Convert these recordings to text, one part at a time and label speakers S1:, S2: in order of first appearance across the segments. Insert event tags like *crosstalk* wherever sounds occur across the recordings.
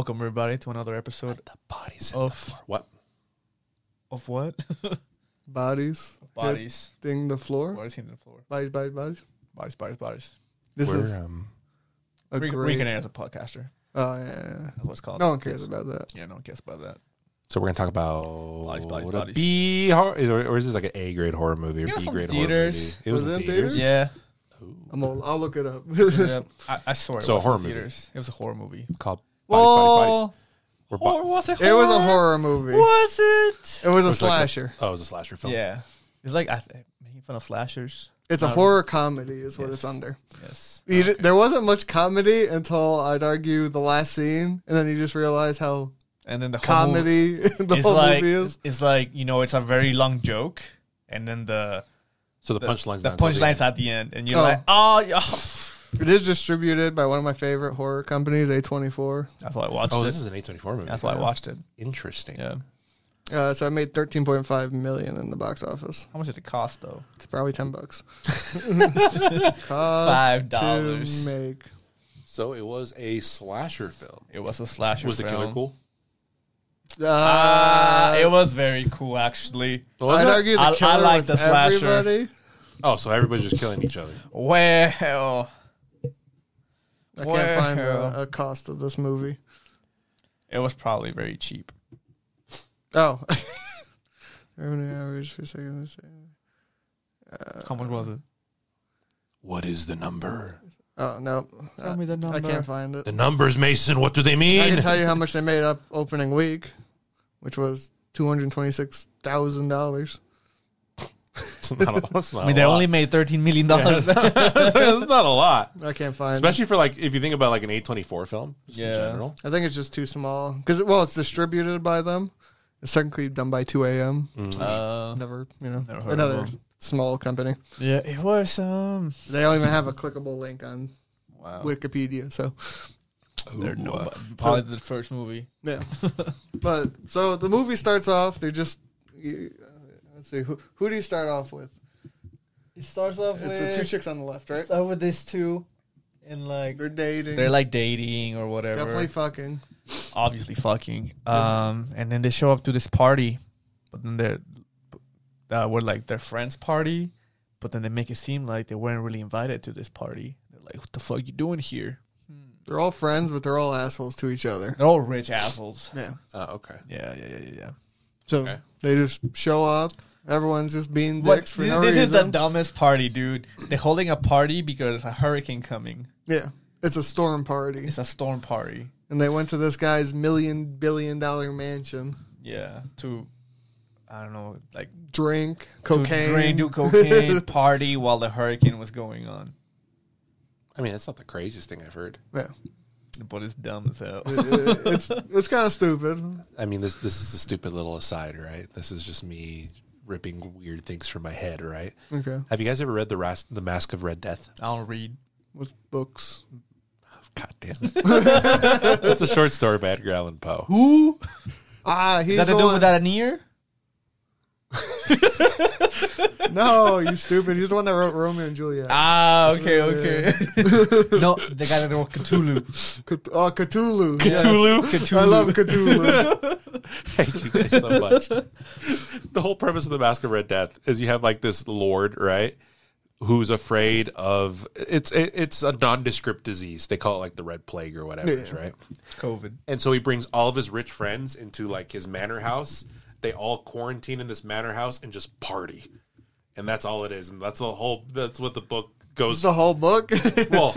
S1: Welcome everybody to another episode
S2: The bodies
S1: of
S2: what?
S1: of what?
S3: Bodies.
S1: *laughs* bodies.
S3: Hitting the floor.
S1: Bodies hitting the floor.
S3: Bodies, bodies, bodies.
S1: Bodies, bodies, bodies.
S3: This
S2: We're,
S3: is
S2: um,
S3: a
S1: Re-
S3: great.
S1: Reconnect as a podcaster.
S3: Oh, yeah, yeah,
S1: That's what it's
S3: yeah.
S1: called.
S3: No one cares about that.
S1: Yeah, no one cares about that.
S2: so we're gonna talk about
S1: Bodies, bodies,
S2: a
S1: bodies.
S2: B horror, is- or, is this like an A grade horror movie or
S1: Yeah, it's
S2: B
S1: on
S2: grade
S1: theaters.
S2: horror movie? It was,
S3: Was
S2: in
S3: it in
S2: theaters.
S3: theaters?
S1: Yeah.
S3: *laughs*
S1: Um,
S2: Ooh.
S3: I'm old. I'll look it up. *laughs*
S1: yeah. I, I swear.
S2: So
S1: it
S2: a
S1: was
S2: horror
S1: in
S2: movie.
S1: theaters. It was a horror movie.
S2: Called bodies, bodies, bodies. We're bo-
S1: Horror- was it
S3: it was a horror movie.
S1: Was it?
S3: It was a
S2: was like a-
S3: slasher.
S2: oh, it was a slasher film.
S1: Yeah. It's like I th- making fun of slashers.
S3: it's a
S1: not-
S3: horror comedy, is what
S1: Yes.
S3: it's under.
S1: Oh, Yes.
S3: You d- there wasn't much comedy until I'd argue the last scene, and then you just realize how
S1: And then the whole movie-
S3: comedy *laughs* the
S1: it's
S3: whole
S1: like
S3: movie is.
S1: it's like you know it's a very long joke, and then the
S2: So the, punchlines.
S1: the
S2: not until
S1: punchline's
S2: end.
S1: at the end, and you're
S3: Oh.
S1: like, oh, yeah. *laughs* that's
S3: It is distributed by one of my favorite horror companies, A24.
S1: why I watched
S2: Oh,
S1: it.
S2: this is an A twenty four movie.
S1: That's why I watched it.
S2: Interesting.
S1: Yeah.
S3: Uh, so I made 13.5 million in the box office.
S1: How much did it cost though?
S3: It's probably 10 bucks.
S1: Five dollars.
S3: To make.
S2: So it was a slasher film.
S1: It was a slasher.
S2: was the killer
S1: film.
S2: cool?
S1: Ah,
S3: Uh,
S1: it was very *laughs* cool actually.
S2: Was
S3: I'd
S2: it?
S3: argue the
S1: I- I
S3: killer
S1: like
S3: was
S1: the slasher.
S3: everybody.
S2: Oh, so everybody's just killing each other.
S1: Well,
S3: I can't find
S1: Wow.
S3: a, a cost of this movie.
S1: it was probably very cheap.
S3: Oh. *laughs* Revenue average for second. let's see.
S1: How much was it?
S2: What is the number?
S3: Oh, no.
S1: Tell
S3: I,
S1: me the
S3: I
S1: number.
S3: can't find it.
S2: The numbers, Mason. What do they mean? *laughs*
S3: I can tell you how much they made up opening week, which was $226,000.
S2: It's not a- it's not
S1: I mean,
S2: a
S1: they
S2: lot.
S1: only made thirteen million dollars.
S2: So *laughs* it's not a lot.
S3: I can't find it.
S2: Especially for like if you think about like an A twenty four film, just in
S1: Yeah.
S2: general.
S3: I think it's just too small because well, it's distributed by them. It's technically done by 2 a.m.
S1: *laughs* Uh,
S3: Never, you know,
S1: Never heard of
S3: another
S1: them.
S3: small company.
S1: yeah, it was. Um,
S3: They don't even have a clickable link on
S1: wow.
S3: Wikipedia. So
S1: They're no,
S2: uh,
S1: probably the first movie.
S3: yeah, but so the movie starts off. They're just you- uh, let's see who who do you start off with?
S1: It starts off
S3: It's the two chicks on the left, right?
S1: start with these two, and like
S3: They're dating.
S1: they're like dating or whatever.
S3: definitely fucking.
S1: obviously fucking. Um, and then they show up to this party, but then they're uh, were like their friends' party, but then they make it seem like they weren't really invited to this party. They're like, "What the fuck you doing here?"
S3: They're all friends, but they're all assholes to each other.
S1: Hmm. *laughs* They're all rich assholes.
S3: Yeah.
S2: Oh, okay.
S1: Yeah, yeah, yeah, yeah. yeah.
S3: So
S2: Okay.
S3: they just show up. Everyone's just being
S1: What-
S3: dicks for
S1: this
S3: no
S1: this
S3: reason.
S1: is the dumbest party, dude. They're holding a party because there's a hurricane coming.
S3: yeah. It's a storm party.
S1: It's a storm party.
S3: and they went to this guy's million billion dollar mansion,
S1: Yeah, to I don't know, like
S3: drink
S1: to
S3: cocaine,
S1: drain, do cocaine, *laughs* party while the hurricane was going on.
S2: I mean, that's not the craziest thing I've heard.
S3: *laughs* yeah,
S1: But it's dumb as
S3: *laughs*
S1: hell.
S3: It- it- it's it's kind of stupid.
S2: I mean, this this is a stupid little aside, right? This is just me ripping weird things from my head, right?
S3: Okay,
S2: Have you guys ever read the Ras- the Mask of Red Death?
S1: I don't read.
S3: with books.
S2: God *laughs* damn. That's a short story by Edgar Allan Poe.
S3: Who? Ah,
S1: Is
S3: he's
S1: that
S3: the
S1: to do
S3: one.
S1: with that an ear?
S3: No, you stupid. He's the one that wrote Romeo and Juliet.
S1: Ah, okay,
S3: Yeah.
S1: okay. *laughs* no, the guy that wrote Cthulhu.
S3: *laughs* Ct- oh, Cthulhu. Yeah.
S2: Cthulhu.
S3: I love Cthulhu.
S2: I hate you guys so much. *laughs* the whole premise of the Mask of Red Death is you have like this lord, right? Who's afraid of it's it, it's a nondescript disease. They call it like the Red Plague or whatever,
S3: Yeah.
S2: right?
S1: COVID.
S2: And so he brings all of his rich friends into like his manor house. They all quarantine in this manor house and just party, and that's all it is. And that's the whole. That's what the book goes.
S3: the whole book. *laughs*
S2: well,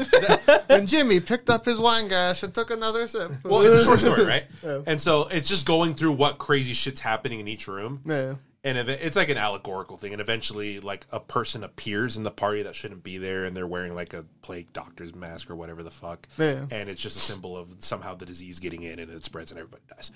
S3: and Jimmy picked up his wine glass and took another sip.
S2: well, it's a short story,
S3: *laughs*
S2: right? And so it's just going through what crazy shit's happening in each room.
S3: yeah.
S2: and ev- it's like an allegorical thing and eventually like a person appears in the party that shouldn't be there and they're wearing like a plague doctor's mask or whatever the fuck
S3: Yeah.
S2: and it's just a symbol of somehow the disease getting in and it spreads and everybody dies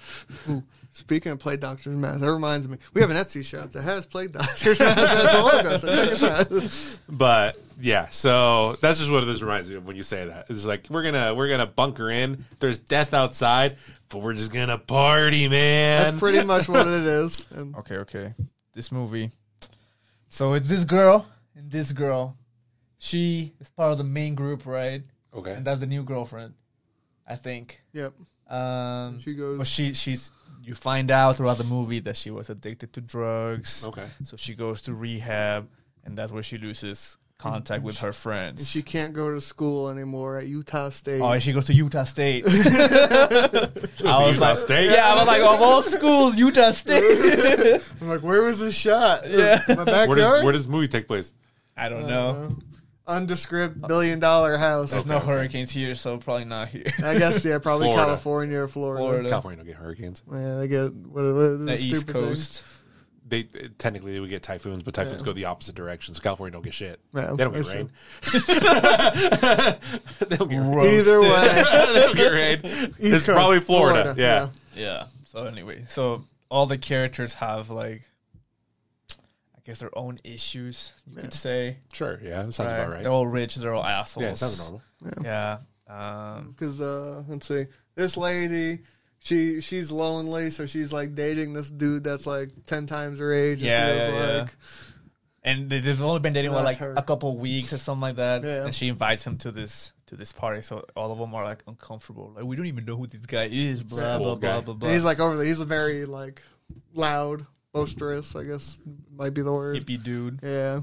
S3: Speaking of play doctor's mask, that reminds me. We have an Etsy shop that has play doctor's mask as a logo. So check us out.
S2: but yeah so that's just what this reminds me of when you say that it's like we're gonna we're gonna bunker in there's death outside but we're just gonna party man
S3: That's pretty much what it is. And
S1: Okay, okay. This movie. So it's this girl and this girl. She is part of the main group, right?
S2: okay
S1: And that's the new girlfriend, I think.
S3: yep.
S1: Um,
S3: She goes-
S1: But she she's you find out throughout the movie that she was addicted to drugs.
S2: Okay.
S1: So she goes to rehab, and that's where she loses contact with her
S3: And
S1: friends.
S3: she can't go to school anymore at Utah State.
S1: oh, and she goes to Utah State. I was
S2: Utah
S1: like,
S2: State?
S1: yeah, I was like, of all schools, Utah State.
S3: I'm like, where was this shot?
S1: Yeah.
S3: My backyard?
S2: Where does where does the movie take place?
S1: I don't
S3: I
S1: know.
S3: don't know. Undescript billion dollar house.
S1: There's no hurricanes here, so probably not here.
S3: I guess, yeah, probably
S2: Florida.
S3: California or Florida.
S1: Florida.
S2: California don't get hurricanes.
S3: Yeah, they get what, what
S1: *laughs*
S3: are
S1: the
S3: those
S1: East
S3: stupid
S1: Coast.
S2: They technically they would get typhoons, but typhoons go the opposite direction. So California don't get shit.
S3: Yeah,
S2: they don't get
S3: Oh, that's
S2: rain. *laughs* they don't get rain. *laughs*
S3: Things? Either
S1: Roasted.
S3: way,
S2: they don't get rain. it's
S3: Coast,
S2: probably Florida.
S3: Florida,
S2: Yeah.
S3: yeah.
S1: *laughs* Yeah. So anyway, so all the characters have like, I guess their own issues. You could say.
S2: Sure. Yeah. That sounds about right.
S1: They're all rich. They're all assholes.
S2: Yeah, it sounds normal.
S1: Yeah. Um,
S3: because uh, let's see, this lady, she she's lonely, so she's like dating this dude that's like ten times her age. it
S1: Yeah,
S3: feels
S1: yeah, yeah.
S3: like.
S1: and they- they've only been dating what, like
S3: That's her.
S1: a couple weeks or something like that.
S3: Yeah.
S1: And she invites him to this to this party, so all of them are like uncomfortable. Like we don't even know who this guy is. Blah
S2: Old
S1: blah blah
S2: guy.
S1: blah
S3: And he's
S1: blah.
S3: like over there. He's a very like loud, boisterous. I guess might be the word.
S1: Hippie dude.
S3: Yeah,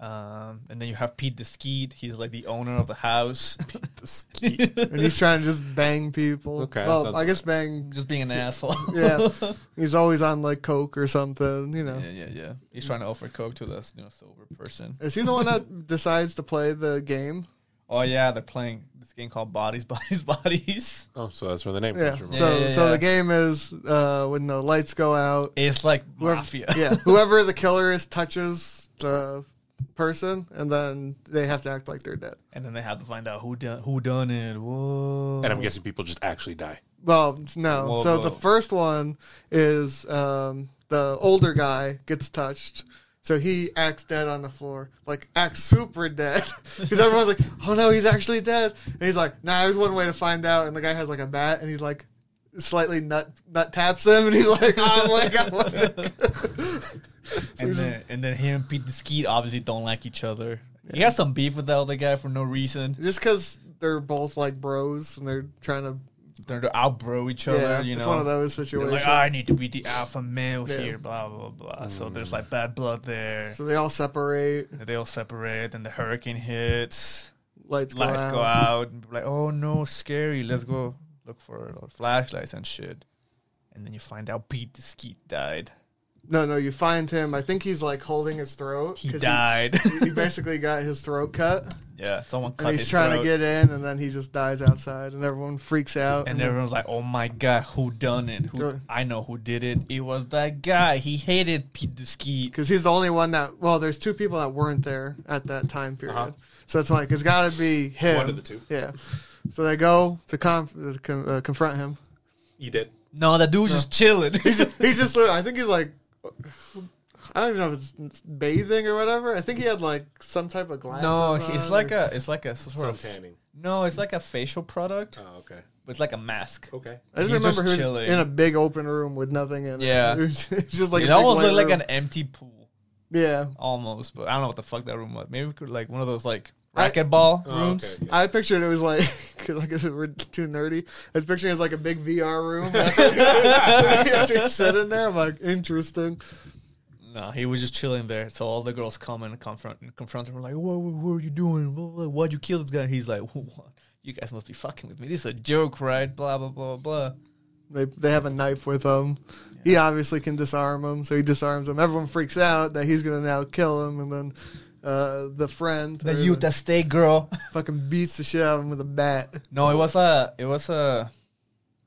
S1: Um, and then you have Pete the Skeet. He's like the owner of the house, *laughs*
S3: and he's trying to just bang people.
S2: Okay, that
S3: well,
S2: sounds
S3: I guess bang.
S1: just being an asshole.
S3: *laughs* Yeah, he's always on like coke or something. You know,
S1: *laughs* Yeah, yeah, yeah. He's trying to offer coke to this you know, sober person.
S3: is he the one that *laughs* decides to play the game?
S1: Oh yeah, they're playing this game called Bodies, *laughs* Bodies, Bodies.
S2: Oh, so that's where the name
S3: Yeah.
S2: comes from.
S1: Yeah,
S3: So
S1: yeah,
S3: so
S1: yeah.
S3: the game is uh, when the lights go out.
S1: It's like
S3: Whoever-
S1: mafia.
S3: *laughs* yeah,
S1: *laughs*
S3: whoever the killer is touches the person, and then they have to act like they're dead.
S1: And then they have to find out who done who done it. Whoa.
S2: And I'm guessing people just actually die.
S3: Well, no.
S1: Whoa,
S3: so
S1: whoa.
S3: the first one is um, the older guy gets touched. So he acts dead on the floor, like acts super dead, *laughs* because everyone's like, "Oh no, he's actually dead." And he's like, "Nah, there's one way to find out." And the guy has like a bat, and he's like, slightly nut nut taps him, and he's like, "Oh my *laughs* god!"
S1: and then and then him and Pete the Skeet obviously don't like each other. He has some beef with the other guy for no reason.
S3: Just because they're both like bros and they're trying to
S1: They're to outbro each other.
S3: Yeah,
S1: you know,
S3: it's one of those
S1: They're
S3: situations.
S1: like "Ah, I need to be the alpha male
S3: Yeah.
S1: here. Blah blah blah. So there's like bad blood there.
S3: so they all separate.
S1: they all separate, and the hurricane hits.
S3: Lights go
S1: lights
S3: out.
S1: go out and be like oh no scary let's go look for our flashlights and shit and then you find out pete the skeet died
S3: No, no, you find him. I think he's like holding his throat.
S1: he
S3: 'cause
S1: died
S3: He,
S1: *laughs*
S3: he basically got his throat cut,
S1: yeah someone cut
S3: and he's
S1: his
S3: trying
S1: throat.
S3: to get in, and then he just dies outside, and everyone freaks out.
S1: and everyone's like oh my god who done it who
S3: Good.
S1: i know who did it it was that guy he hated pete the skeet
S3: because he's the only one that. Well, there's two people that weren't there at that time period,
S1: Uh-huh.
S3: so it's like it's got to be him.
S2: One of the two.
S3: Yeah. So they go to conf- uh, con- uh, confront him.
S2: You did.
S1: no that dude's just chilling
S3: He's just, he's just literally- I think he's like I don't even know if it's- it's bathing or whatever. I think he had like some type of
S1: *laughs*
S3: glasses.
S1: no
S3: on
S1: it's
S3: or-
S1: like a it's like a sort of
S2: tanning.
S1: no it's like a facial product
S2: Oh, okay.
S1: but it's like a mask
S2: Okay.
S3: I just
S1: he's
S3: remember
S1: just
S3: he was
S1: chilling.
S3: in a big open room with nothing in it.
S1: Yeah.
S3: *laughs* it was just like a
S1: it
S3: big
S1: almost
S3: white
S1: looked like
S3: room.
S1: an empty pool
S3: yeah.
S1: almost, but I don't know what the fuck that room was. Maybe we could, like one of those like
S3: I-
S1: racquetball
S2: Oh,
S1: rooms.
S2: okay.
S3: I pictured it was like, *laughs* 'cause, like if we're too nerdy. I was picturing it as like a big VR
S1: *laughs*
S3: room. That's what *laughs* Yes, he's sitting there. I'm like, interesting.
S1: No, he was just chilling there. So all the girls come and confront and confront him. We're like, what, what, what are you doing? Blah, blah, Why'd you kill this guy? He's like, what? You guys must be fucking with me. This is a joke, right? Blah blah blah blah.
S3: They they have a knife with him. He obviously can disarm him, so he disarms him. Everyone freaks out that he's gonna now kill him, and then uh, the friend, or
S1: The Utah State girl.
S3: fucking beats the shit out of him with a bat.
S1: *laughs* No, it was a, it was a,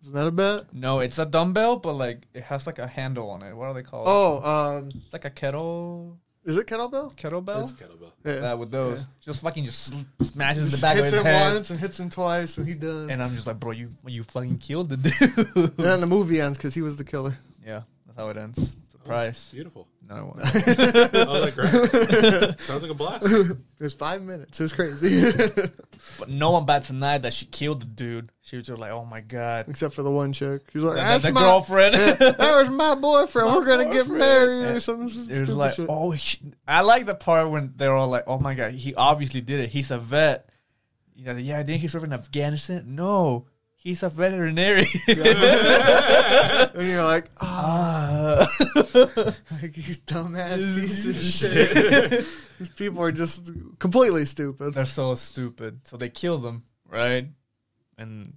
S3: Isn't that a bat?
S1: no, it's a dumbbell, but like it has like a handle on it. What are they called?
S3: Oh, um,
S1: It's like a kettle,
S3: is it kettlebell?
S1: kettlebell.
S2: kettlebell.
S3: Yeah.
S1: that with those, just fucking just sl- smashes
S3: Just
S1: the back of
S3: hits
S1: his
S3: him
S1: head.
S3: once and hits him twice, and he done. And
S1: And uh, I'm just like, bro, you you fucking killed the dude. *laughs*
S3: then the movie ends because he was the killer.
S1: yeah, that's how it ends. Surprise.
S2: Beautiful. *laughs*
S1: No it won't.
S2: I was like, right. *laughs* Sounds like a blast.
S3: It was five minutes. It was crazy, *laughs*
S1: But no one bats an eye that she killed the dude. She was just like, oh my god.
S3: except for the one chick. She was like,
S1: And
S3: "That's
S1: then the
S3: my *laughs*
S1: girlfriend. *laughs*
S3: That was my boyfriend.
S1: My
S3: We're gonna get
S1: boyfriend."
S3: married
S1: Yeah.
S3: or some
S1: It
S3: stupid
S1: was like,
S3: shit." *laughs*
S1: oh, she, I like the part when they're all like, oh my god, he obviously did it. He's a vet. You know, yeah, didn't he serve in Afghanistan? No, he's a veterinarian.
S3: *laughs*
S1: *laughs*
S3: and you're like, *laughs* ah,
S1: Ah. *laughs*
S3: like, you dumbass piece of shit. *laughs* These people are just completely stupid.
S1: They're so stupid. So they killed him, right? And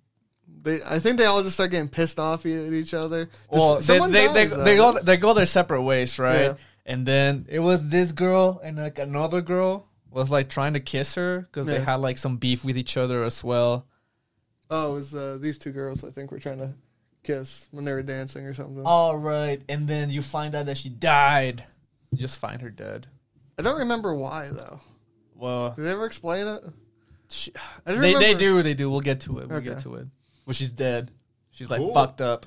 S3: They, I think they all just start getting pissed off e- at each other. This-
S1: well, they,
S3: someone
S1: they, they,
S3: dies,
S1: they
S3: though.
S1: go they go their separate ways, right?
S3: Yeah.
S1: And then it was this girl and like another girl was like trying to kiss her because they
S3: Yeah.
S1: had like some beef with each other as well.
S3: Oh, it was uh, these two girls. I think were trying to kiss when they were dancing or something.
S1: All right, and then you find out that she died. You just find her dead.
S3: I don't remember why though.
S1: Well,
S3: Did they ever explain it?
S1: she, they,
S3: I
S1: they
S3: remember-
S1: do they do. We'll get to it. We'll get
S3: Okay.
S1: to it. Well, she's dead. She's like
S2: Cool.
S1: fucked up.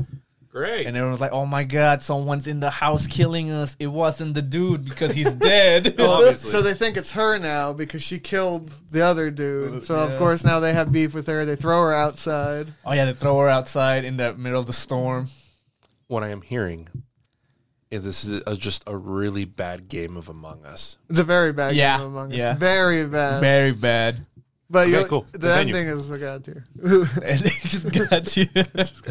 S2: Great.
S1: And everyone's like, "Oh my god, someone's in the house killing us. It wasn't the dude because
S3: *laughs*
S1: he's dead."
S2: Oh, Obviously.
S3: So they think it's her now because she killed the other dude. So
S1: Yeah.
S3: of course now they have beef with her. They throw her outside.
S1: oh yeah, they throw her outside in the middle of the storm.
S2: what I am hearing is this is a, just a really bad game of Among Us.
S3: It's a very bad
S1: Yeah.
S3: game among us.
S1: Yeah.
S3: Very bad.
S1: Very bad.
S3: but
S2: Okay,
S3: you,
S2: cool.
S3: the
S2: Continue.
S3: ending is what got to.
S1: And they just got you.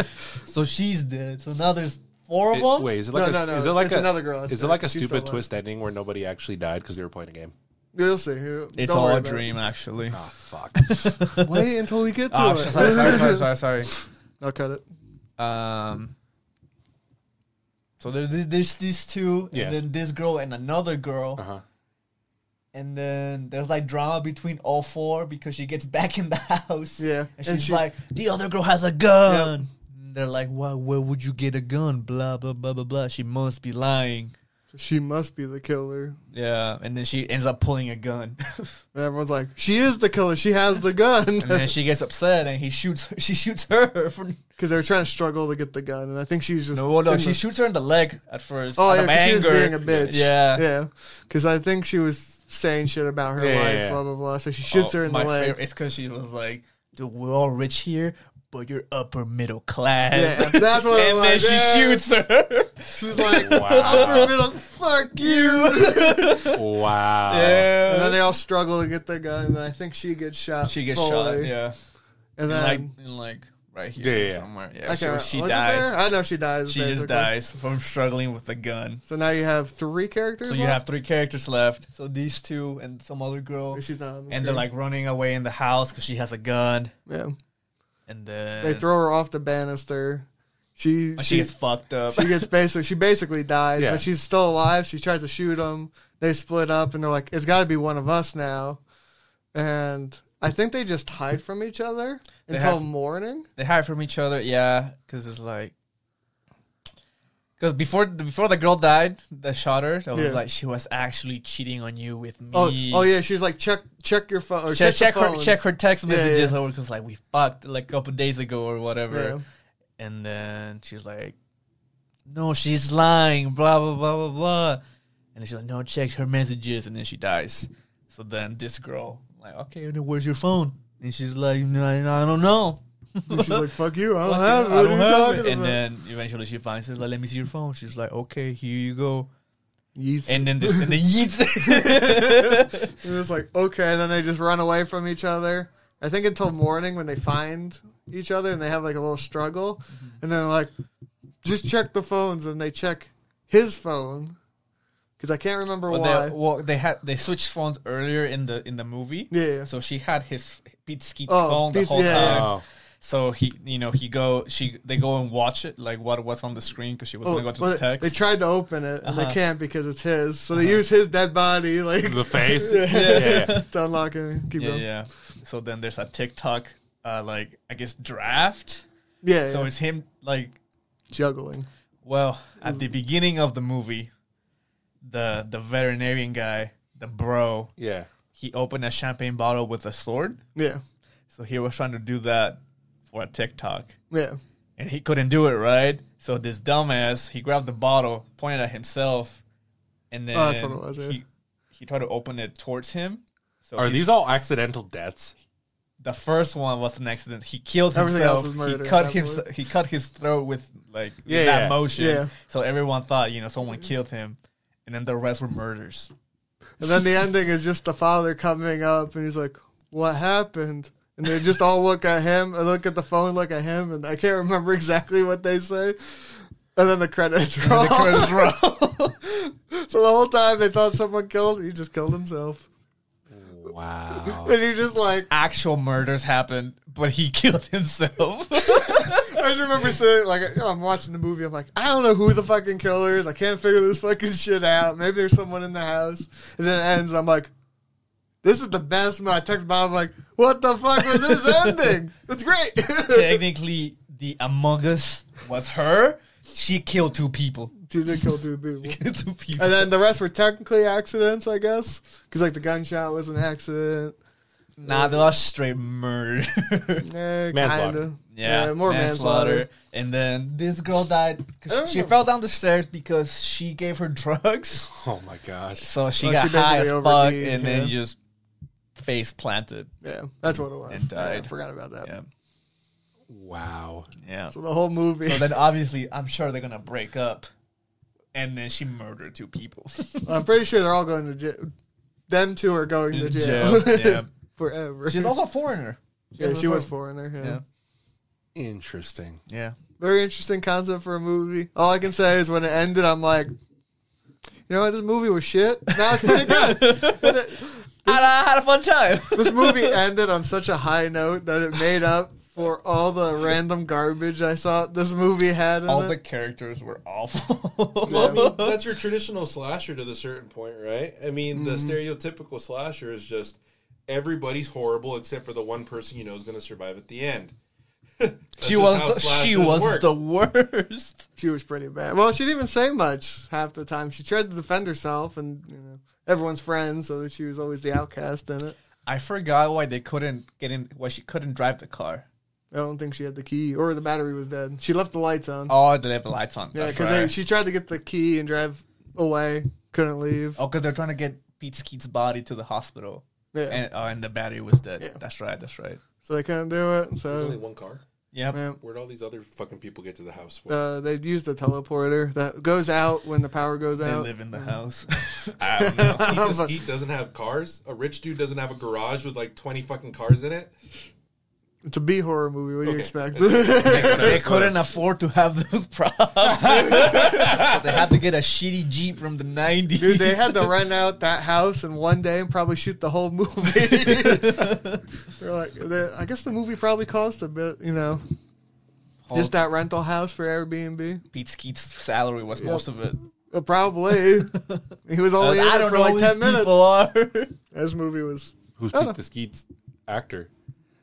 S1: *laughs* so she's dead. So now there's four of
S2: It-
S1: them.
S2: wait, is it like
S3: No,
S2: a,
S3: no, no,
S2: Is it like
S3: it's
S2: a-
S3: another girl.
S2: Is
S3: It's
S2: it like a
S3: her. She's still
S2: stupid
S3: alive.
S2: twist ending where nobody actually died because they were playing a game?
S3: *laughs* You'll see.
S1: It's
S3: Don't
S1: all
S3: worry
S1: a
S3: about
S1: dream, actually.
S2: Ah, *laughs* fuck.
S3: it. Wait until we
S1: *laughs*
S3: get to
S1: Oh,
S3: it.
S1: sorry, sorry, sorry, sorry, sorry.
S3: *laughs* I'll cut it.
S1: Um. So there's this, there's these two, and
S2: Yes.
S1: then this girl and another girl,
S2: Uh huh. *laughs*
S1: and then there's like drama between all four because she gets back in the house.
S3: Yeah.
S1: and she's
S3: And she-
S1: like, the other girl has a gun. And they're like, why? Where would you get a gun? Blah blah blah blah blah. She must be lying.
S3: She must be the killer.
S1: Yeah, and then she ends up pulling a
S3: *laughs*
S1: gun,
S3: And everyone's like, she is the killer. She has the gun. *laughs*
S1: and then she gets upset, and he shoots. *laughs* She shoots her. For,
S3: Because they were trying to struggle to get the gun, and I think she was just
S1: no, well, no,
S3: in
S1: she
S3: the-
S1: shoots her in the leg at first.
S3: Oh
S1: out
S3: yeah,
S1: of
S3: 'cause she was
S1: anger.
S3: being a bitch.
S1: Yeah.
S3: yeah. Because I think she was saying shit about her
S2: Yeah, yeah,
S3: life,
S2: yeah.
S3: blah blah blah. So she shoots
S1: Oh,
S3: her in the
S1: my
S3: leg.
S1: favorite- It's because she was like, "Dude, we're all rich here, but you're upper middle class."
S3: Yeah,
S1: *laughs*
S3: that's what it
S1: and then
S3: was,
S1: she
S3: yeah.
S1: shoots her.
S3: She's like,
S2: Wow.
S3: upper middle, fuck *laughs* you.
S2: Wow.
S1: *laughs* yeah.
S3: and then they all struggle to get the gun, and I think she gets shot.
S1: *laughs* she gets shot.
S3: fully.
S1: Yeah.
S3: and
S1: In
S3: then
S1: like in like right here
S2: Yeah, yeah.
S1: somewhere.
S3: I
S1: Yeah.
S3: can't
S1: so
S3: remember-
S1: she
S3: was it there?
S1: dies.
S3: I know she dies.
S1: She
S3: basically.
S1: just dies from struggling with a gun.
S3: So now you have three characters.
S1: So you have three characters left. So these two and some other girl,
S3: three. She's not. On the
S1: and they're like running away in the house because she has a gun.
S3: yeah.
S1: And then
S3: They throw her off the banister. She
S1: and Oh, she
S3: she
S1: gets fucked up.
S3: She gets basically she basically died,
S2: Yeah.
S3: but she's still alive. She tries to shoot him. They split up, and they're like, "It's got to be one of us now." And I think they just hide from each other
S1: They
S3: until
S1: have-
S3: morning.
S1: they hide from each other. Yeah, because it's like, because before before the girl died, that shot her. That was
S3: Yeah.
S1: like she was actually cheating on you with me.
S3: Oh, oh yeah, she's like, "Check check your phone." Or
S1: Check, check
S3: check, the
S1: her
S3: phones."
S1: check her text
S3: Yeah,
S1: messages
S3: yeah.
S1: or because like we fucked like a couple days ago or whatever.
S3: Yeah.
S1: And then she's like, no, she's lying. Blah blah blah blah blah. And then she's like, no, check her messages. And then she dies. So then this girl like, okay, and then where's your phone? And she's like, no, I don't know.
S3: And
S1: *laughs*
S3: she's like, "Fuck you, I don't
S1: Fuck
S3: have
S1: you,
S3: it.
S1: I
S3: What are
S1: don't
S3: you
S1: have
S3: talking
S1: it.
S3: about?"
S1: And then eventually she finds it. Like, let me see your phone. She's like, okay, here you go.
S3: Yeet.
S1: And then this, and
S3: *laughs*
S1: then yeets. it.
S3: And it's like, okay. And then they just run away from each other. I think until morning when they find each other and they have like a little struggle.
S1: Mm-hmm.
S3: And then like, just check the phones. And they check his phone. Because I can't remember
S1: well,
S3: why.
S1: they, well, they had they switched phones earlier in the in the movie.
S3: Yeah, yeah.
S1: So she had his Pete Skeet's
S3: Oh,
S1: phone the
S3: Pete's-
S1: whole
S3: yeah, yeah.
S1: time.
S2: Oh.
S1: So he, you know, he go she they go and watch it like what what's on the screen because she was
S3: Oh,
S1: gonna go to
S3: well,
S1: the text.
S3: They tried to open it and
S1: Uh-huh.
S3: they can't because it's his. So they use his dead body
S2: *laughs*
S3: like
S2: The
S1: *laughs*
S2: face. yeah. yeah.
S3: *laughs* to unlock it. Keep
S1: Yeah,
S3: going. Yeah,
S1: yeah. So then there's a TikTok, uh, like I guess draft.
S3: yeah.
S1: So it's him like
S3: juggling.
S1: Well, at the beginning of the movie, the the veterinarian guy, the bro,
S2: Yeah.
S1: he opened a champagne bottle with a sword.
S3: Yeah,
S1: So he was trying to do that for a TikTok.
S3: yeah.
S1: And he couldn't do it, right? So this dumbass, he grabbed the bottle, pointed at himself, and then
S3: Oh, that's what it was, yeah.
S1: he, he tried to open it towards him. So
S2: Are
S1: he's-
S2: these all accidental deaths?
S1: the first one was an accident. He killed
S3: Everything
S1: himself.
S3: else was murder
S1: he
S3: at
S1: cut
S3: that
S1: his
S3: point.
S1: he cut his throat with like
S2: Yeah,
S1: that
S2: yeah.
S1: motion.
S3: Yeah.
S1: So everyone thought you know someone killed him, and then the rest were
S3: *laughs*
S1: murders.
S3: And then the ending is just the father coming up and he's like, What happened? and they just all look at him, and look at the phone, look at him, and I can't remember *laughs* exactly what they say. And then the credits roll.
S1: credits
S3: *laughs* so the whole time they thought someone killed, he just killed himself.
S2: Wow.
S3: And you're just like,
S1: Actual murders happened, but he *laughs* killed
S3: *laughs*
S1: himself.
S3: I just remember sitting like you know, I'm watching the movie. I'm like, I don't know who the fucking killer is. I can't figure this fucking shit out. Maybe there's someone in the house. And then it ends. I'm like, this is the best. I text mom like, what the fuck was *laughs* this ending? It's great.
S1: Technically, the Among Us was her. She killed two people.
S3: Dude did kill two people. *laughs*
S1: two people.
S3: And then the rest were technically accidents, I guess, because like the gunshot was an accident.
S1: nah, they lost straight murder.
S3: Eh,
S2: Manslaughter.
S3: kinda.
S1: *laughs* yeah,
S3: more manslaughter.
S1: And then this girl died. 'cause
S3: I don't
S1: she
S3: know.
S1: fell down the stairs because she gave her
S3: *laughs*
S1: drugs.
S2: *laughs* Oh my gosh.
S1: So she
S3: Well,
S1: got
S3: Oh, she
S1: high as
S3: basically
S1: fuck
S3: overdosed,
S1: and then
S3: yeah.
S1: just face planted.
S3: Yeah, that's what it was.
S1: And
S3: Yeah,
S1: died.
S3: I forgot about that.
S1: Yeah.
S2: Wow.
S1: Yeah.
S3: So the whole movie.
S1: So then obviously, I'm sure they're going to break up. And then she murdered two people.
S3: *laughs*
S1: *laughs*
S3: I'm pretty sure they're all going to jail. Them two are going to
S1: In
S3: jail, *laughs*
S1: jail, yeah.
S3: forever.
S1: She's also a foreigner.
S3: yeah, she was foreigner. Yeah.
S1: Yeah.
S2: Interesting.
S1: Yeah.
S3: Very interesting concept for a movie. All I can say is when it ended, I'm like, you know what? This movie was shit. Now it's pretty good.
S1: I, I had a fun time.
S3: *laughs* this movie ended on such a high note that it made up for all the random garbage I saw this movie had in
S1: All
S3: it.
S1: the characters were awful.
S4: Well, I mean, that's your traditional slasher to the certain point, right? I mean, the stereotypical slasher is just everybody's horrible except for the one person you know is going to survive at the end. *laughs* That's
S1: *laughs* she
S4: just
S1: was
S4: how
S1: the, she
S4: slashers
S1: was
S4: work.
S1: the worst.
S3: she was pretty bad. Well, she didn't even say much half the time. She tried to defend herself, and you know everyone's friends, so that she was always the outcast in it.
S1: I forgot why they couldn't get in. Why she couldn't drive the car.
S3: I don't think she had the key, or the battery was dead. She left the lights on.
S1: Oh, they left the lights on.
S3: Yeah,
S1: That's
S3: because
S1: right.
S3: she tried to get the key and drive away. Couldn't leave.
S1: Oh, because they're trying to get Pete Skeet's body to the hospital,
S3: Yeah.
S1: and oh, and the battery was dead.
S3: Yeah.
S1: That's right. That's right.
S3: so they couldn't do it.
S4: There's only
S3: So
S4: one car.
S1: Yep.
S3: yeah,
S4: Where'd all these other fucking people get to the house
S3: *laughs*
S4: for?
S3: uh, they used the teleporter that goes out when the power goes
S1: They
S3: out.
S1: live in the
S3: Yeah. *laughs*
S1: house. *laughs*
S4: I don't know. Pete the Skeet doesn't have cars. A rich dude doesn't have a garage with like 20 fucking cars in it.
S3: It's a B horror movie. What do you
S4: Okay.
S3: expect? *laughs*
S1: they couldn't afford to have those *laughs* props. dude. so they had to get a shitty Jeep from the 90s.
S3: Dude, they had
S1: *laughs*
S3: to rent out that house in one day and probably shoot the whole movie. *laughs* They're like, they, I guess the movie probably cost a bit, you know,
S1: Whole-
S3: just that rental house for Airbnb.
S1: Pete Skeet's salary was most of it.
S3: Uh, *laughs* probably. he was only in
S1: I
S3: it
S1: don't
S3: for
S1: know
S3: Oh, like
S1: who
S3: 10
S1: these
S3: minutes.
S1: people are. *laughs*
S3: This movie was
S2: Who's
S3: I don't
S2: Pete the Skeet's actor?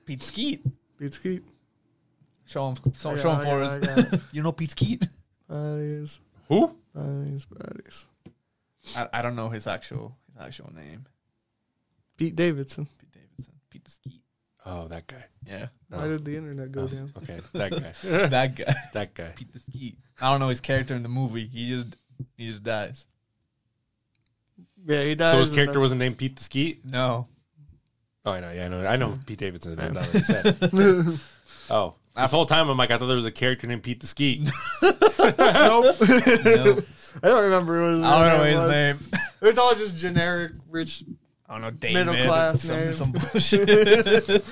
S1: Pete Skeet.
S3: Beats Keat.
S1: Show him, show,
S3: I got
S1: show
S3: it,
S1: him for
S3: I got it, I got
S1: us. *laughs* you know Pete Skeet?
S3: Bodies,
S2: Who?
S3: bodies, bodies.
S1: I, I don't know his actual his actual name.
S3: Pete Davidson.
S1: Pete Davidson. Pete Skeet.
S2: Oh, that guy.
S1: Yeah.
S3: Why did the internet go
S2: Oh,
S3: down?
S2: okay, *laughs* that guy.
S1: that guy. *laughs*
S2: That guy.
S1: Pete the Skeet. I don't know his character in the movie. He just he just dies.
S3: Yeah, he died.
S2: So his character *laughs* wasn't named Pete the Skeet.
S1: No.
S2: Oh, I know. Yeah, I know. I know Pete Davidson. That's not what he said.
S3: *laughs*
S2: *laughs* Oh, this whole time I'm like, I thought there was a character named Pete the Skeet.
S3: *laughs*
S1: Nope. *laughs* nope.
S3: I don't remember what his
S1: I don't know
S3: name
S1: his
S3: was.
S1: name.
S3: It was all just generic rich.
S1: *laughs* I don't know David.
S3: Middle class
S1: some, *laughs*
S3: name.
S1: some bullshit.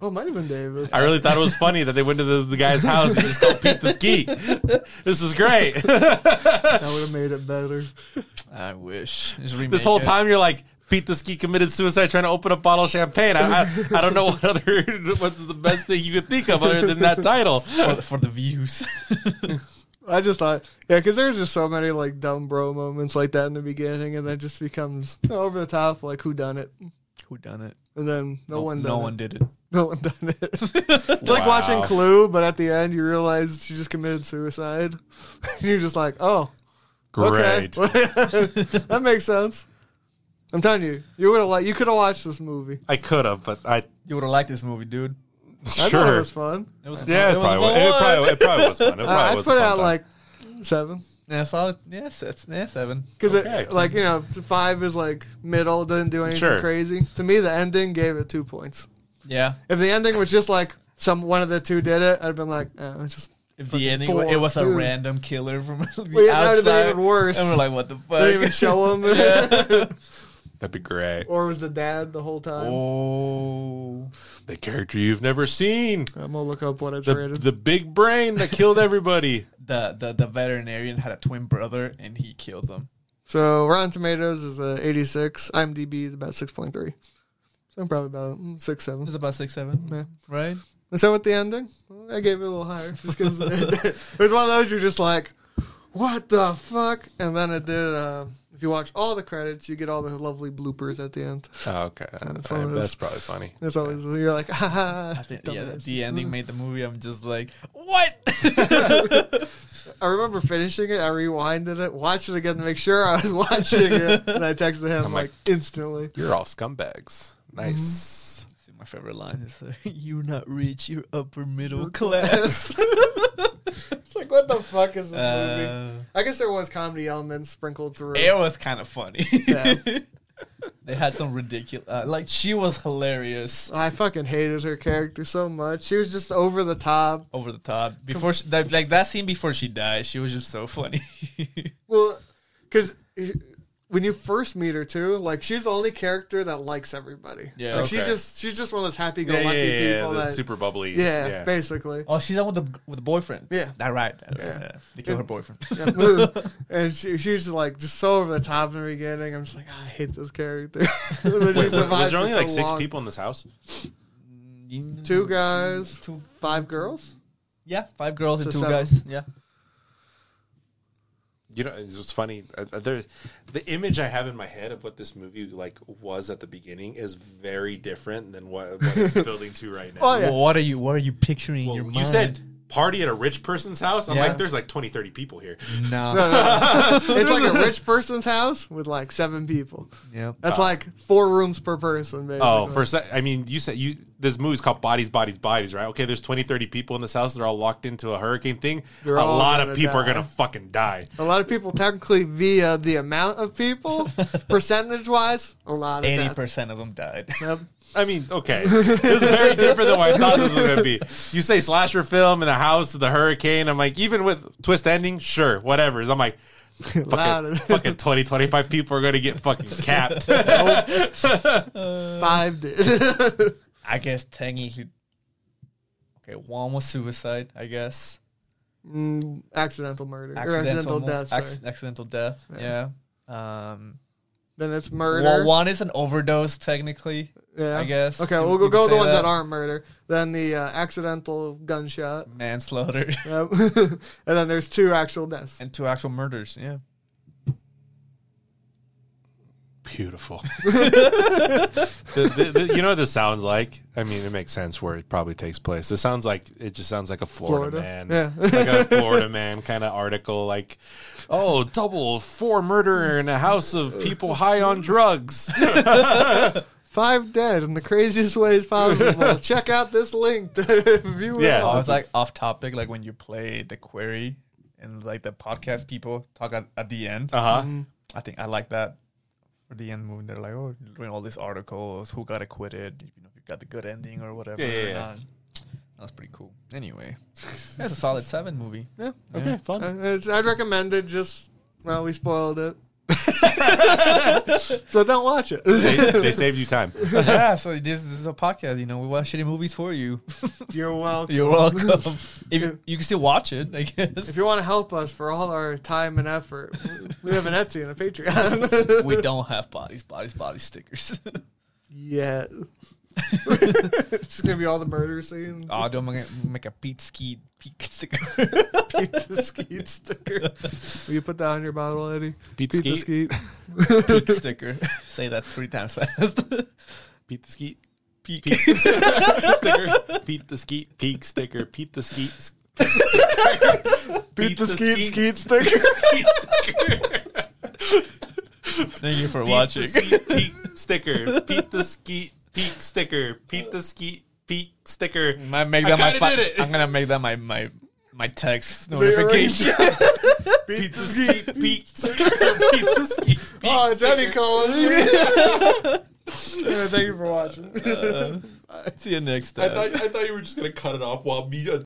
S3: Oh, it might have been David.
S2: I really thought it was funny that they went to the, the guy's house and just called Pete the Skeet. This is great. *laughs*
S3: that would have made it better.
S1: I wish. Just
S2: This
S1: remake
S2: whole
S1: it. *laughs*
S2: time you're like, Pete the Skeet committed suicide trying to open a bottle of champagne. I, I, I don't know what other *laughs* what's the best thing you could think of other than that title.
S1: for, for the views. *laughs*
S3: I just thought, yeah, because there's just so many like dumb bro moments like that in the beginning, and then it just becomes you know, over the top, like who done it,
S1: Who done it?
S3: and then no one, done
S1: no
S3: it.
S1: one did it.
S3: *laughs* no one done
S2: *laughs*
S3: it. it's like
S2: Wow.
S3: watching Clue, but at the end you realize she just committed suicide. *laughs* You're just like, oh,
S2: Great.
S3: okay, *laughs* that makes sense. I'm telling you, you would have like you could have watched this movie.
S2: I could have, but I
S1: You would have liked this movie, dude.
S3: I thought it
S2: sure.
S3: was fun.
S1: It was
S2: Yeah, it, probably was, it, probably, it probably was fun. It
S3: Uh,
S2: probably
S3: *laughs* I
S2: was
S3: put
S2: a
S3: it
S2: fun
S3: out
S2: time.
S3: like seven.
S1: Yeah, solid. Yeah, it's yeah, seven.
S3: Because
S2: Okay.
S3: it, like you know, five is like middle, didn't do anything
S2: Sure.
S3: crazy. To me, the ending gave it two points.
S1: Yeah.
S3: If the ending was just like some one of the two did it, I'd been like, eh, it's just
S1: If the ending,
S3: four,
S1: it was a
S3: dude.
S1: random killer from *laughs* the
S3: Well, yeah, that
S1: outside.
S3: would've been even
S2: *laughs*
S3: worse.
S1: *laughs* And we're like, what the fuck?
S3: *laughs* they didn't even show him.
S2: That'd be great.
S3: Or was the dad the whole time?
S1: Oh,
S2: The character you've never seen.
S3: I'm gonna look up what it's
S2: The,
S3: rated.
S2: the big brain that killed
S3: *laughs*
S2: everybody.
S1: the, the the veterinarian had a twin brother and he killed them.
S3: so Rotten Tomatoes is a 86. IMDb is about 6.3. So I'm probably about mm,
S1: It
S3: six seven.
S1: was about six seven,
S3: Yeah. *laughs*
S1: right?
S3: And so with the ending, well, I gave it a little higher just because *laughs* it, it was one of those you're just like, what the fuck? And then it did. Uh, if you watch all the credits, you get all the lovely bloopers at the end.
S2: Oh, okay.
S3: That's
S2: Uh,
S3: one of those-
S2: that's probably funny.
S3: It's always you're like, *laughs* ha ha.
S1: I think yeah,
S3: dumbass."
S1: the ending made the movie. I'm just like, what? *laughs*
S3: I remember finishing it. I rewinded it, watched it again to make sure I was *laughs* watching it, and I texted him
S2: I'm
S3: like instantly.
S2: You're all scumbags. Nice.
S1: See, my favorite line is, *laughs* uh, "You're not rich. You're upper middle class."
S3: It's like, what the fuck is *laughs* this movie?
S1: Uh,
S3: I guess there was comedy elements sprinkled through.
S1: it was kind of funny.
S3: Yeah.
S1: *laughs* they had some ridiculous. Uh, like she was hilarious.
S3: I fucking hated her character so much. She was just over the top.
S1: over the top. Before she, that, like that scene before she died, she was just so funny.
S3: Well, because when you first meet her too, like she's the only character that likes everybody.
S1: Yeah,
S3: like she's
S2: okay.
S3: just she's just one of those
S2: Yeah,
S3: happy-go-lucky
S2: yeah, yeah, yeah,
S3: Mm-hmm. people
S2: that's
S3: that
S2: super bubbly. *laughs*
S3: yeah, basically.
S1: *laughs* oh, she's out with the with the boyfriend.
S3: Yeah.
S1: that right. That right.
S3: Yeah.
S1: Yeah. They killed her boyfriend.
S3: Yeah. and she, she's just like just so over the top in the beginning. I'm just like, "Ah, I hate this character. *laughs* That she
S2: Wait, wa- was
S3: survived
S2: there only
S3: for so
S2: like six
S3: long.
S2: people in this house?
S3: *laughs* Two guys,
S1: Two-
S2: *laughs*
S3: five girls.
S1: Yeah, five girls and
S3: So
S1: two
S3: seven.
S1: guys. Yeah.
S2: You know, it's just funny. Uh, uh, There's the image I have in my head of what this movie like was at the beginning is very different than what, what
S3: *laughs*
S2: it's building to right now.
S3: Oh yeah,
S1: Well, what are you What are you picturing
S2: Well,
S1: in your
S2: you
S1: mind?
S2: said party at a rich person's house. I'm
S1: Yeah.
S2: like, there's like 20, 30 people here.
S1: no.
S3: it's like a
S2: *laughs*
S3: rich person's house with like seven people.
S1: yeah.
S3: That's like four rooms per person, basically.
S2: Oh, for a sec, I mean, you said you this movie's called Bodies, Bodies, Bodies, right? Okay, there's 20, 30 people in this house. They're all locked into a hurricane thing.
S3: They're
S2: a
S3: all
S2: lot
S3: gonna
S2: of people are
S3: die.
S2: gonna fucking die.
S3: a lot of people technically via the amount of
S1: *laughs*
S3: people, percentage wise, a lot of
S1: Eighty
S3: death.
S1: percent of them died. *laughs*
S3: Yep.
S2: I mean,
S3: *laughs*
S2: okay, this is very different than what I thought this was gonna be. You say slasher film in a house, the hurricane. I'm like, even with twist ending, sure, whatever. I'm like.
S3: *laughs* Lot
S2: Fucking,
S3: of- *laughs*
S2: fucking 20, 25 people are going to get fucking capped.
S1: Uh.
S3: Five did.
S1: I guess technically. Okay, one was suicide. I guess
S3: *laughs* Mm, accidental murder or
S1: accidental
S3: accidental
S1: mo-
S3: death.
S1: acc-
S3: sorry.
S1: accidental death. Yeah. Um.
S3: Then it's
S1: Well,
S3: murder.
S1: one is an overdose technically.
S3: yeah,
S1: I guess.
S3: Okay,
S1: You-
S3: we'll
S1: you
S3: go,
S1: could
S3: go with the
S1: say
S3: ones that.
S1: that.
S3: aren't murder. Then the uh, accidental gunshot.
S1: manslaughter *laughs*
S3: Yep. *laughs* and then there's two actual deaths.
S1: and two actual murders. Yeah.
S2: Beautiful. The- the- the- you know what this sounds like? I mean, it makes sense where it probably takes place. This sounds like it just sounds like a Florida,
S3: Florida.
S2: man, like a Florida man kind of article. Like, oh, double four murder in a house of people high on drugs.
S3: *laughs* Five dead in the craziest ways
S1: *laughs*
S3: possible. Check out this link to *laughs* view it
S2: Yeah.
S1: Oh,
S3: all.
S1: it's like off topic. Like when you play the query and like the podcast people talk at, at the end.
S2: Uh huh.
S3: Mm.
S1: I think I like that for the end movie. They're like, oh, you're doing all these articles. Who got acquitted? You know, if you got the good ending or whatever.
S2: Yeah, yeah,
S1: or
S2: yeah.
S1: not. That's pretty cool.
S2: *laughs*
S1: Anyway, that's a solid seven movie.
S3: Yeah.
S2: Okay, fun.
S3: Uh, it's- I'd recommend it. Just well, we spoiled it, so don't watch *laughs* it.
S2: they, they saved you time.
S1: *laughs* yeah. So this, this is a podcast. You know, we watch shitty movies for you.
S3: You're welcome.
S1: You're
S2: *laughs*
S1: welcome. if you, you can still watch it, I guess.
S3: If you want to help us for all our time and effort, we have an Etsy and a *laughs* Patreon.
S1: we don't have bodies, bodies, body stickers. *laughs*
S3: *laughs* yeah. it's gonna be all the murder scenes. *laughs*
S1: oh, don't make a, make a Pete Skeet Pete sticker. *laughs*
S3: Pete the Skeet sticker. Will you put that on your bottle, Eddie?
S2: Pete
S3: Pete the
S2: Skeet.
S3: Skeet.
S1: Pete
S3: *laughs*
S1: sticker. *laughs* Say that three times fast.
S2: Pete the skeet.
S1: Pete.
S2: Pete sticker. Pete the skeet. Peak sticker. Pete the skeet. s-
S3: Pete the
S2: the
S3: Skeet
S2: Skeet.
S3: Skeet sticker.
S2: Skeet sticker.
S1: *laughs* Thank you for
S2: Pete
S1: watching.
S2: the skeet. Peak sticker. Pete the skeet. Peak sticker. Pete the skeet. Peak sticker.
S1: Might make
S2: I
S1: that my.
S2: kinda
S1: fi-
S2: did it.
S1: I'm gonna make that my my my text
S3: already-
S1: notification. *laughs*
S2: Pete the skeet. Pete sticker. Pete the skeet. Peak
S3: Oh, it's
S2: sticker.
S3: Eddie calling. yeah, *laughs* thank you for watching.
S1: See you next
S4: I
S3: Uh,
S1: time.
S4: thought I thought you were just gonna cut it off while me uh,